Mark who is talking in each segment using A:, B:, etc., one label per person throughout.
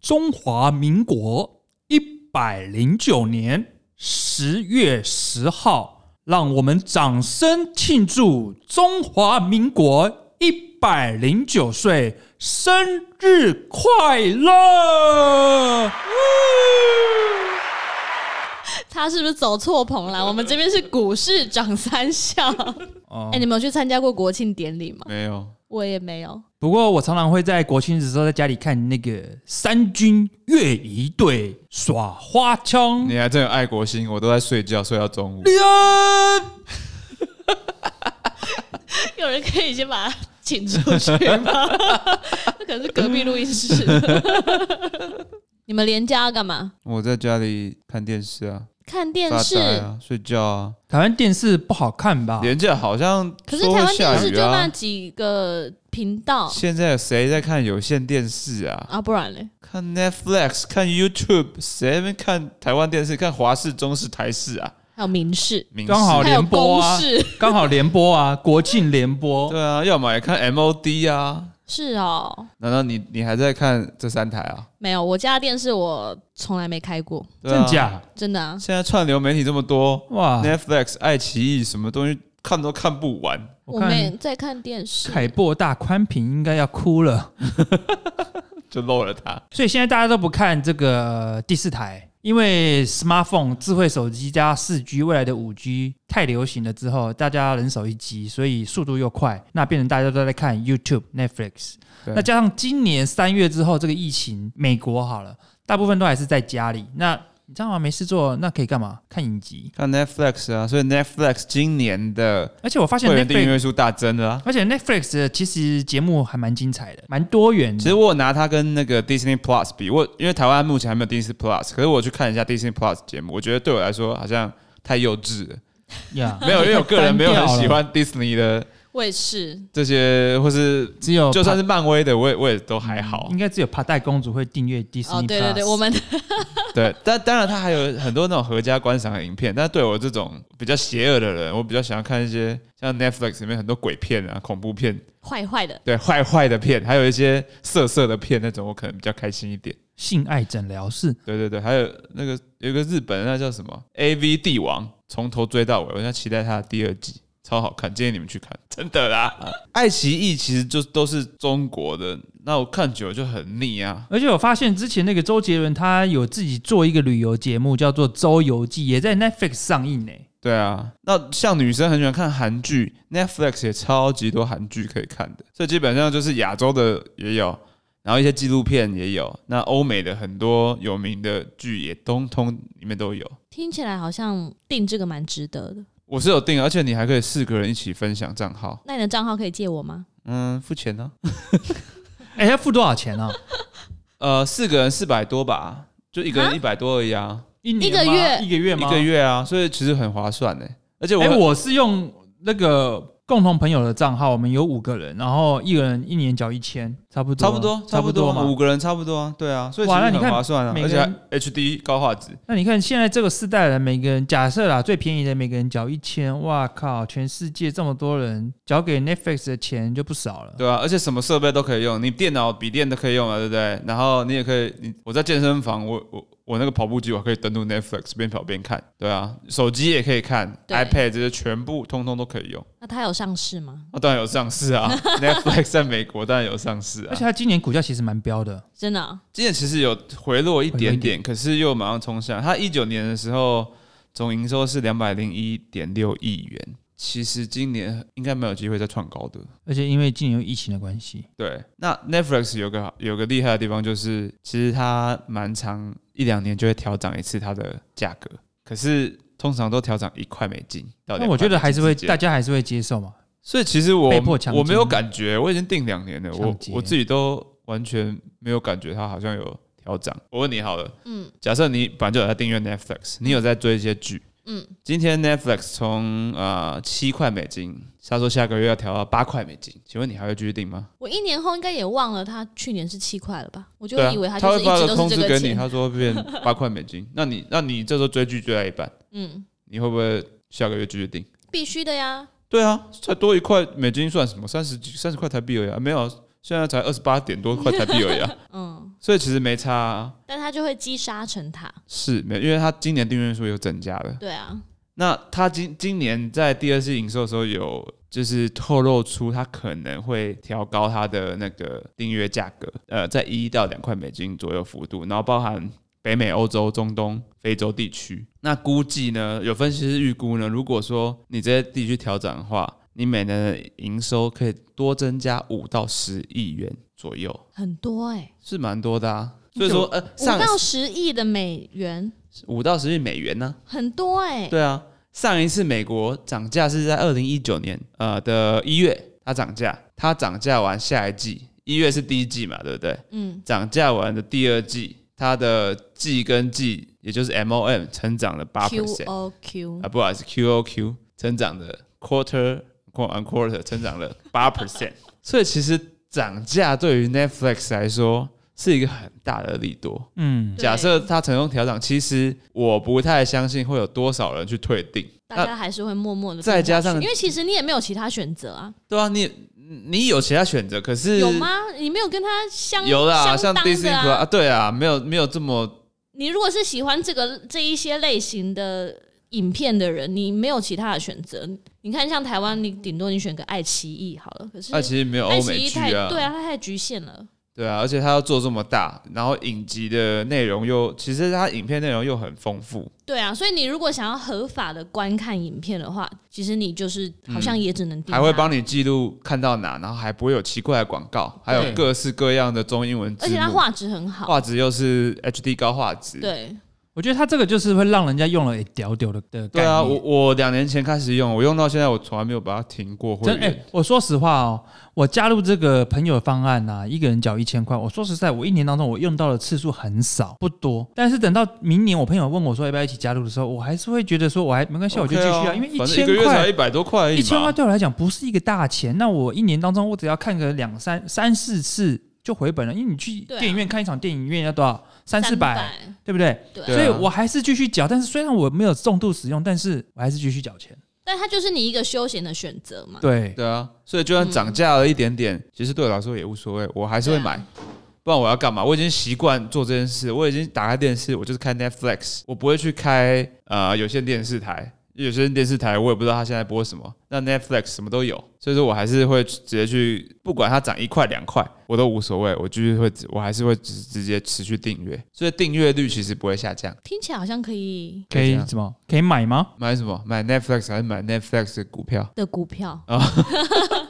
A: 中华民国一百零九年十月十号，让我们掌声庆祝中华民国一百零九岁生日快乐！
B: 他是不是走错棚了？我们这边是股市涨三项。
A: 哦
B: 哎、你们有去参加过国庆典礼吗？
C: 没有，
B: 我也没有。
A: 不过我常常会在国庆日的时候在家里看那个三军乐仪队耍花枪，
C: 你还真有爱国心，我都在睡觉，睡到中午。
A: 连
B: 有人可以先把他请出去吗？ 那可能是隔壁录音室。你们连家要干嘛？
C: 我在家里看电视啊，
B: 看电
C: 发
B: 视。
C: 呆啊，睡觉啊。
A: 台湾电视不好看吧？
C: 廉价好像
B: 可
C: 说
B: 是台
C: 会
B: 湾电
C: 下
B: 视
C: 雨
B: 就那
C: 啊。
B: 几个频道
C: 现在有谁在看有线电视啊？
B: 啊，不然嘞？
C: 看 Netflix，看 YouTube，谁没看台湾电视？看华视、中视、台视啊？
B: 还有民视，
C: 明视
A: 刚好
B: 还
A: 联
B: 有
A: 播
B: 公
A: 啊，
B: 视，
A: 刚好联播啊，国庆联播
C: 对啊，要么也看 MOD 啊。
B: 是哦。
C: 难道你你还在看这三台啊？
B: 没有，我家的电视我从来没开过，
C: 对啊
A: 真？假？
B: 真的啊。
C: 现在串流媒体这么多
A: 哇！
C: ，Netflix、爱奇艺什么东西看都看不完。
B: 我没
A: 看
B: 在看电视，
A: 凯擘大宽屏应该要哭了，
C: 就漏了它。
A: 所以现在大家都不看这个呃第四台，因为 smartphone 智慧手机加四 G 未来的五 G 太流行了之后，大家人手一机，所以速度又快，那变成大家都在看 YouTube、Netflix。
C: 对
A: 那加上今年三月之后这个疫情，美国好了，大部分都还是在家里。那你知道吗？没事做，那可以干嘛？看影集。
C: 看 Netflix 啊，所以 Netflix 今年的
A: 而且我发现
C: 会员
A: Netflix
C: 订阅数大增了啊。
A: 而且 Netflix 的其实节目还蛮精彩的，蛮多元
C: 其实
A: 的。
C: 我有拿它跟那个 Disney Plus 比，我因为台湾目前还没有 Disney Plus，可是我去看一下 Disney Plus 节目，我觉得对我来说好像太幼稚了。
A: 呀
C: 没有，因为我个人没有很
A: 啊
C: 喜，
A: 太单调了
C: 欢 Disney 的
B: 我也是。
C: 这些，或是
A: 只有
C: 就算
A: 是
C: 是漫威的，我也我也都还好
A: 应。该只有帕戴公主会订阅 Disney。
B: 哦，对对对，我们
C: 对，但当然它还有很多那种合家观赏的影片，但对我这种比较邪恶的人，我比较喜欢看一些像 Netflix 里面很多鬼片啊、恐怖片，
B: 坏坏的，
C: 对坏坏的片，还有一些色色的片那种，我可能比较开心一点。
A: 性爱诊疗室，
C: 对对对，还有那个有一个日本的那叫什么 A V 帝王，从头追到尾，我现在期待他的第二季，超好看，建议你们去看，真的啦。爱奇艺其实就都是中国的，那我看久了就很腻啊。
A: 而且我发现之前那个周杰伦他有自己做一个旅游节目，叫做《周游记》，也在 Netflix 上映呢。
C: 对啊，那像女生很喜欢看韩剧，Netflix 也超级多韩剧可以看的，所以基本上就是亚洲的也有，然后一些纪录片也有，那欧美的很多有名的剧也通通里面都有。
B: 听起来好像订这个蛮值得的。
C: 我是有订，而且你还可以四个人一起分享账号，
B: 那你的账号可以借我吗？
C: 嗯，付钱呢、
A: 哎，要付多少钱啊？
C: 呃，四个人四百多吧，就一个人一百多而已啊，
A: 一年
B: 一个
A: 吗
B: 月
A: 一个月
C: 一
A: 吗？
C: 个。月啊，所以其实很划算呢。而且我,、
A: 哎，我是用那个共同朋友的账号，我们有五个人，然后一个人一年缴一千，差不多，
C: 差不多
A: 差
C: 差
A: 不
C: 不
A: 多
C: 多
A: 嘛，
C: 五个人差不多啊，对啊，所以其
A: 哇
C: 实
A: 那你
C: 很
A: 看
C: 划算啊，
A: 每
C: 而
A: 个
C: 且
A: 人
C: 还 HD 高画质。
A: 那你看现在这个世代人，每个人假设啦，最便宜的每个人缴一千，哇靠！全世界这么多人缴给 Netflix 的钱就不少了。
C: 对啊，而且什么设备都可以用，你电脑、笔电都可以用啊，对不对？然后你也可以，你我在健身房，我我我那个跑步机，我可以登录 Netflix 边跑边看，对啊，手机也可以看
B: 对
C: ，iPad 这些全部通通都可以用。
B: 那它有上市吗？
C: 那、当然有上市 啊，Netflix 在美国当然有上市
A: 而
C: 啊
A: 且。它今年股价其实蛮飙的，
B: 真的啊、
C: 今年其实有回落一
A: 回落
C: 点
A: 一点
C: 点，可是又马上冲上。它一九年的时候总营收是两百零一点六亿元，其实今年应该没有机会再创高的。
A: 而且因为今年有疫情的关系，
C: 对，那 Netflix 有个有个厉害的地方就是，其实它蛮长一两年就会调涨一次它的价格，可是通常都调涨一块美金到
A: 那
C: 两。
A: 我觉得还是会大
C: 大，
A: 家还是会接受嘛。
C: 所以其实我
A: 被迫强
C: 我没有
A: 奸
C: 感觉，我已经订两年了，我
A: 抢劫
C: 我自己都完全没有感觉它好像有调涨。我问你好了，
B: 嗯
C: 假设你本来就有在订阅 Netflix，你有在追一些剧，
B: 嗯，
C: 今天 Netflix 从呃七块美金，他说下个月要调到八块美金，请问你还会继续订吗？
B: 我一年后应该也忘了，它去年是七块了吧？我就
C: 对啊
B: 以为，它
C: 他
B: 就是
C: 会
B: 一
C: 发
B: 直
C: 个
B: 都
C: 通
B: 是
C: 知
B: 这个
C: 给你，
B: 钱。
C: 他说 会变八块美金。那你那你这时候追剧追到一半，
B: 嗯，
C: 你会不会下个月继续订？
B: 必须的呀。
C: 对啊，才多一块 美金算什么？三十几三十块台币而已、啊，没有，现在才二十八点多块台币而已、啊。
B: 嗯，
C: 所以其实没差、啊，
B: 但它就会积沙成塔。
C: 是没，因为它今年订阅数有增加的。
B: 对啊，
C: 那它今今年在第二次营收的时候有。就是透露出它可能会调高它的那个订阅价格，呃，在一到两块美金左右幅度，然后包含北美、欧洲、中东、非洲地区。那估计呢，有分析师预估呢，如果说你这些地区调整的话，你每年的营收可以多增加五到十亿元左右，
B: 很多哎、
C: 是蛮多的啊。所以说，呃，
B: 五
C: 上
B: 到十亿的美元，
C: 五到十亿美元呢、
B: 很多哎、
C: 对啊，上一次美国涨价是在二零一九年呃的一月，它涨价，它涨价完下一季，一月是第一季嘛，对不对？
B: 嗯，
C: 涨价完的第二季，它的季跟季，也就是 MOM 成长了八
B: Q
C: percent
B: O Q
C: 啊，不好意思，QOQ 成长的 quarter on quarter 成长了八 percent，所 以其实涨价对于 Netflix 来说是一个很大的利多。
A: 嗯，
B: 对
C: 假设它成功调整，其实我不太相信会有多少人去退订。
B: 大家还是会默默的。
C: 再加上
B: 因为其实你也没有其他选择啊，
C: 对啊，你你有其他选择，可是
B: 有？吗？你没有跟他相
C: 有啦，像
B: 相当
C: Disney
B: 的
C: Plus 啊，
B: 啊。
C: 对啊，没有没有这么
B: 你如果是喜欢这个这一些类型的影片的人，你没有其他的选择。你看，像台湾，你顶多你选个爱奇艺好了，可是
C: 爱奇艺没有
B: 爱
C: 欧
B: 奇
C: 美
B: 艺
C: 剧
B: 太
C: 啊，
B: 对啊，它太局限了。
C: 对啊，而且它要做这么大，然后影集的内容又，其实它影片内容又很丰富，
B: 对啊，所以你如果想要合法的观看影片的话，其实你就是好像也只能订、
C: 嗯还会帮
B: 你，
C: 你记录看到哪，然后还不会有奇怪的广告，还有
A: 对
C: 各式各样的中英文字
B: 而且它
C: 幕，
B: 画质很好。
C: 画质又是 HD 高画质，
B: 对，
A: 我觉得它这个就是会让人家用了一屌屌的的概
C: 对
A: 念。
C: 啊，我我两年前开始用，我用到现在，我从来没有把它停过会
A: 真哎、
C: 员。
A: 我说实话哦，我加入这个朋友方案呐、一个人缴一千块。我说实在，我一年当中我用到的次数很少，不多。但是等到明年我朋友问我说要不要一起加入的时候，我还是会觉得说我还没关系，我就继续
C: OK
A: 啊，
C: 啊
A: 因为一
C: 反正
A: 千
C: 个月才
A: 块
C: 一。百多块而已
A: 一千
C: 嘛
A: 块对我来讲不是一个大钱，那我一年当中我只要看个两三三四次就回本了，因为你去
B: 对啊
A: 电影院看一场电影院要多少三四百，
B: 百，
A: 对不对？
B: 对啊。
C: 对
A: 所以我还是继续缴，但是虽然我没有重度使用，但是我还是继续缴钱。
B: 但它就是你一个休闲的选择嘛。
A: 对，
C: 对啊，所以就算涨价了一点点，其实对我来说也无所谓，我还是会买。不然我要干嘛？我已经习惯做这件事，我已经打开电视，我就是看 Netflix，我不会去开呃有线电视台。有些电视台我也不知道它现在播什么，那 Netflix 什么都有，所以说我还是会直接去，不管它涨一块两块，我都无所谓，我就是会，我还是会直直接持续订阅，所以订阅率其实不会下降。
B: 听起来好像可以
A: 可
C: 这
A: 以
C: 样
A: 什么？可以买吗？
C: 买什么？买 Netflix 还是买 Netflix 的股票？
B: 的股票，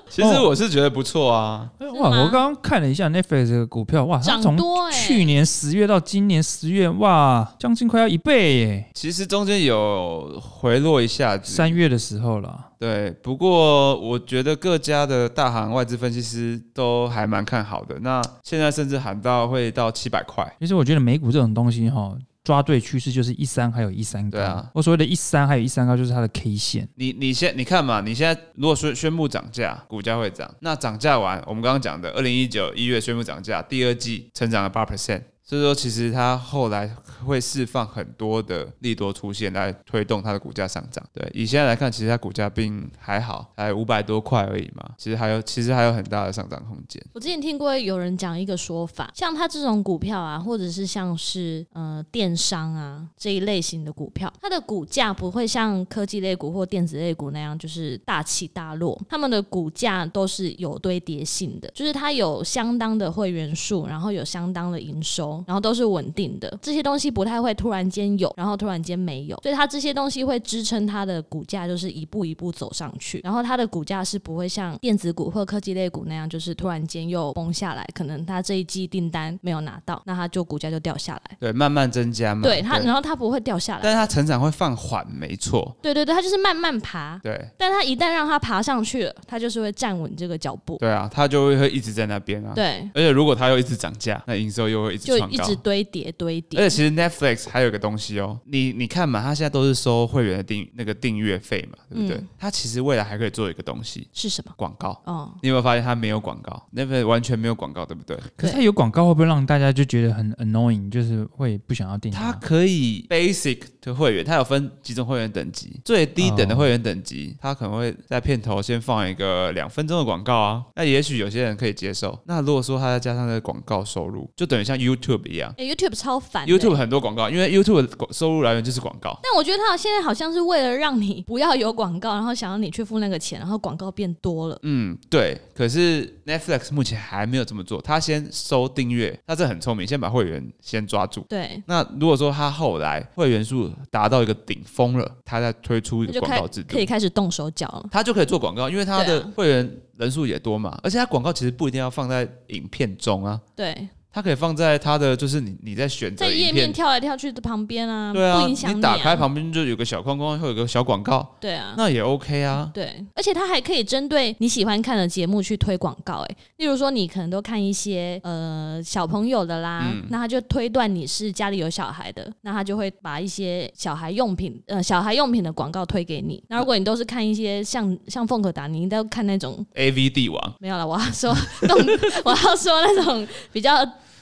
C: 其实我是觉得不错啊，
A: 哎哇，
B: 吗
A: 我刚刚看了一下 Netflix 的股票，哇，它
B: 涨
A: 从
B: 多哎、
A: 去年十月到今年十月，哇，将近快要一倍
B: 嗯
A: 耶！
C: 其实中间有回落一下子，
A: 三月的时候了，
C: 对，不过我觉得各家的大行外资分析师都还蛮看好的，那现在甚至喊到会到七百块，
A: 其实我觉得美股这种东西哈，抓对趋势就是一三还有一三高。
C: 对啊
A: 我所谓的一三还有一三高就是它的 K 线，
C: 你你先你看嘛，你现在如果宣宣布涨价，股价会涨，那涨价完，我们刚刚讲的二零一九一月宣布涨价，第二季成长了八 percent。所以说，其实它后来会释放很多的利多出现，来推动它的股价上涨。对，以现在来看，其实它股价并还好，才五百多块而已嘛。其实还有，其实还有很大的上涨空间。
B: 我之前听过有人讲一个说法，像它这种股票啊，或者是像是呃电商啊这一类型的股票，它的股价不会像科技类股或电子类股那样就是大起大落，他们的股价都是有堆叠性的，就是它有相当的会员数，然后有相当的营收，然后都是稳定的。这些东西不太会突然间有，然后突然间没有，所以它这些东西会支撑它的股价，就是一步一步走上去。然后它的股价是不会像电子股或科技类股那样，就是突然间又崩下来，可能它这一季订单没有拿到，那它就股价就掉下来。
C: 对，慢慢增加嘛。
B: 对它，然后它不会掉下来。
C: 嗯但是它成长会放缓，没错。
B: 对对对，它就是慢慢爬，
C: 对，
B: 但它一旦让它爬上去了，它就是会站稳这个脚步。
C: 对啊，它就会会一直在那边啊。，
B: 对，
C: 而且如果它又一直涨价，那营收又会一
B: 就
C: 直创
B: 一
C: 高
B: 直。堆叠堆叠。
C: 而且其实 Netflix 还有一个东西哦，你你看嘛，它现在都是收会员的订那个订阅费嘛，对不对？
B: 嗯
C: 它其实未来还可以做一个东西，
B: 是什么？
C: 广告。
B: 哦，
C: 你有没有发现它没有广告？Netflix 完全没有广告，对不对？
A: 可是它有广告会不会让大家就觉得很 annoying，就是会不想要订它？
C: 它可以 basic 的会员，它有分几种会员等级。最低等的会员等级，它可能会在片头先放一个两分钟的广告啊。那也许有些人可以接受。那如果说它再加上那个广告收入，就等于像 YouTube 一样
B: 哎、y o u t u b e 超烦的、
C: ，YouTube 很多广告，因为 YouTube 的广收入来源就是广告。
B: 但我觉得他现在好像是为了让你不要有广告，然后想要你去付那个钱，然后广告变多了。
C: 嗯，对。可是 Netflix 目前还没有这么做，他先收订阅，他这很聪明，先把会员先抓住。
B: 对，
C: 那如果说他后来会员数达到一个顶峰了，他再推出一
B: 那
C: 个
B: 就
C: 广
B: 开
C: 告制度
B: 可以，开始动手脚了。
C: 他就可以做广告，因为他
B: 对
C: 的
B: 啊
C: 会员人数也多嘛，而且他广告其实不一定要放在影片中啊，
B: 对，
C: 他可以放在他的就是你你在选择
B: 在页
C: 影
B: 面
C: 片，
B: 跳来跳去的旁边啊，
C: 对啊，
B: 不影响
C: 你
B: 啊
C: 打开旁边就有个小框框，会有个小广告，
B: 对啊。
C: 那也 OK 啊。
B: 对，而且它还可以针对你喜欢看的节目去推广告，哎，例如说你可能都看一些呃小朋友的啦，
C: 嗯
B: 那他就推断你是家里有小孩的，那他就会把一些小孩用品呃小孩用品的广告推给你。那如果你都是看一些像像凤可达，你应该看那种
C: A V 帝王，
B: 没有了，我要说 动，我要说那种比较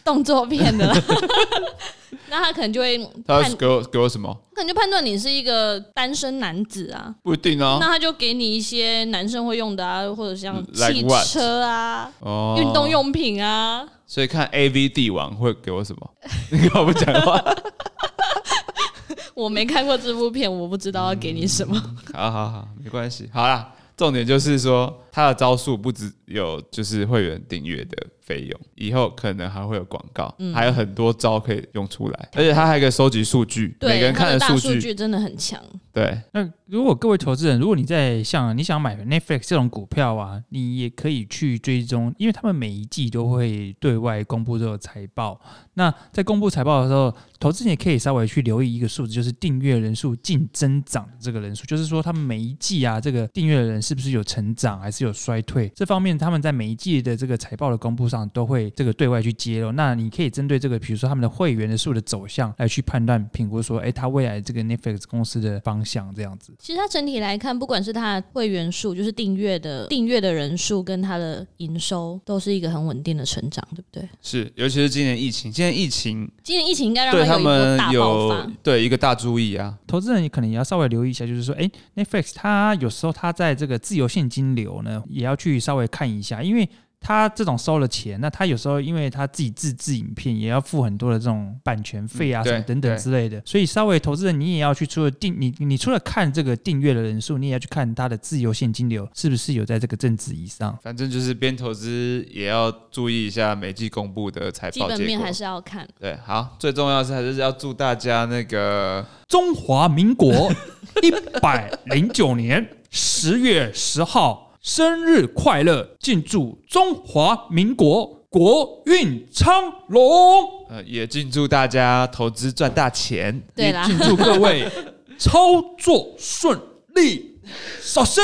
B: 动作片的啦， 那他可能就会
C: 他
B: 判，
C: 给我给我什么？
B: 可能就判断你是一个单身男子啊，
C: 不一定啊
B: 那。他就给你一些男生会用的啊，或者像
C: 嗯 Like
B: 汽
C: what？
B: 车啊、
C: 哦
B: 运、动用品啊，
C: 所以看 A V 帝王会给我什么？ 你跟我不讲 话。
B: 我没看过这部片，我不知道要给你什么。
C: 好好好，没关系。好啦，重点就是说，它的招数不只有就是会员订阅的费用，以后可能还会有广告，
B: 嗯
C: 还有很多招可以用出来，而且它还可以收集数据，
B: 对，
C: 每个人
B: 他
C: 看
B: 的大
C: 数
B: 数据真的很强。
C: 对，
A: 那如果各位投资人，如果你在像你想买 Netflix 这种股票啊，你也可以去追踪，因为他们每一季都会对外公布这个财报。那在公布财报的时候，投资人也可以稍微去留意一个数字，就是订阅人数净增长的这个人数，就是说他们每一季啊，这个订阅的人是不是有成长，还是有衰退？这方面他们在每一季的这个财报的公布上都会这个对外去揭露。那你可以针对这个，比如说他们的会员的数的走向来去判断评估说，哎，他未来这个 Netflix 公司的方向这样子。
B: 其实它整体来看，不管是它的会员数，就是订阅的订阅的人数，跟它的营收，都是一个很稳定的成长，对不对？
C: 是，尤其是今年疫情，现在疫情
B: 今年疫情应该让
C: 对
B: 它
C: 他
B: 有一波
C: 们
B: 大爆
C: 有
B: 发。
C: 对一个大注意啊。
A: 投资人可能也要稍微留意一下，就是说，哎，Netflix 它有时候它在这个自由现金流呢，也要去稍微看一下，因为它这种收了钱，那它有时候因为它自己自制影片，也要付很多的这种版权费啊、
C: 嗯
A: 什
C: 对
A: 么等等之类的，所以稍微投资人你也要去除了订你你除了看这个订阅的人数，你也要去看它的自由现金流是不是有在这个正值以上。
C: 反正就是边投资也要注意一下每季公布的财
B: 基
C: 报
B: 本
C: 结
B: 面还
C: 果。
B: 是要看，
C: 对，好，最重要的是还是要祝大家那个
A: 中华民国 一百零九年十月十号生日快乐！敬祝中华民国国运昌隆！
C: 呃，也敬祝大家投资赚大钱。
B: 对
A: 也，
B: 啦
A: 敬祝各位操作顺利，首先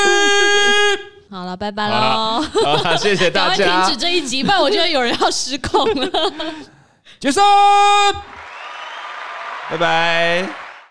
B: 好了，拜拜
C: 好
B: 喽！
C: 好啦，谢 谢
B: 赶快
C: 大
B: 停
C: 家
B: 止，这一集，不然我觉得有人要失控了。
A: 解散。
C: 拜拜。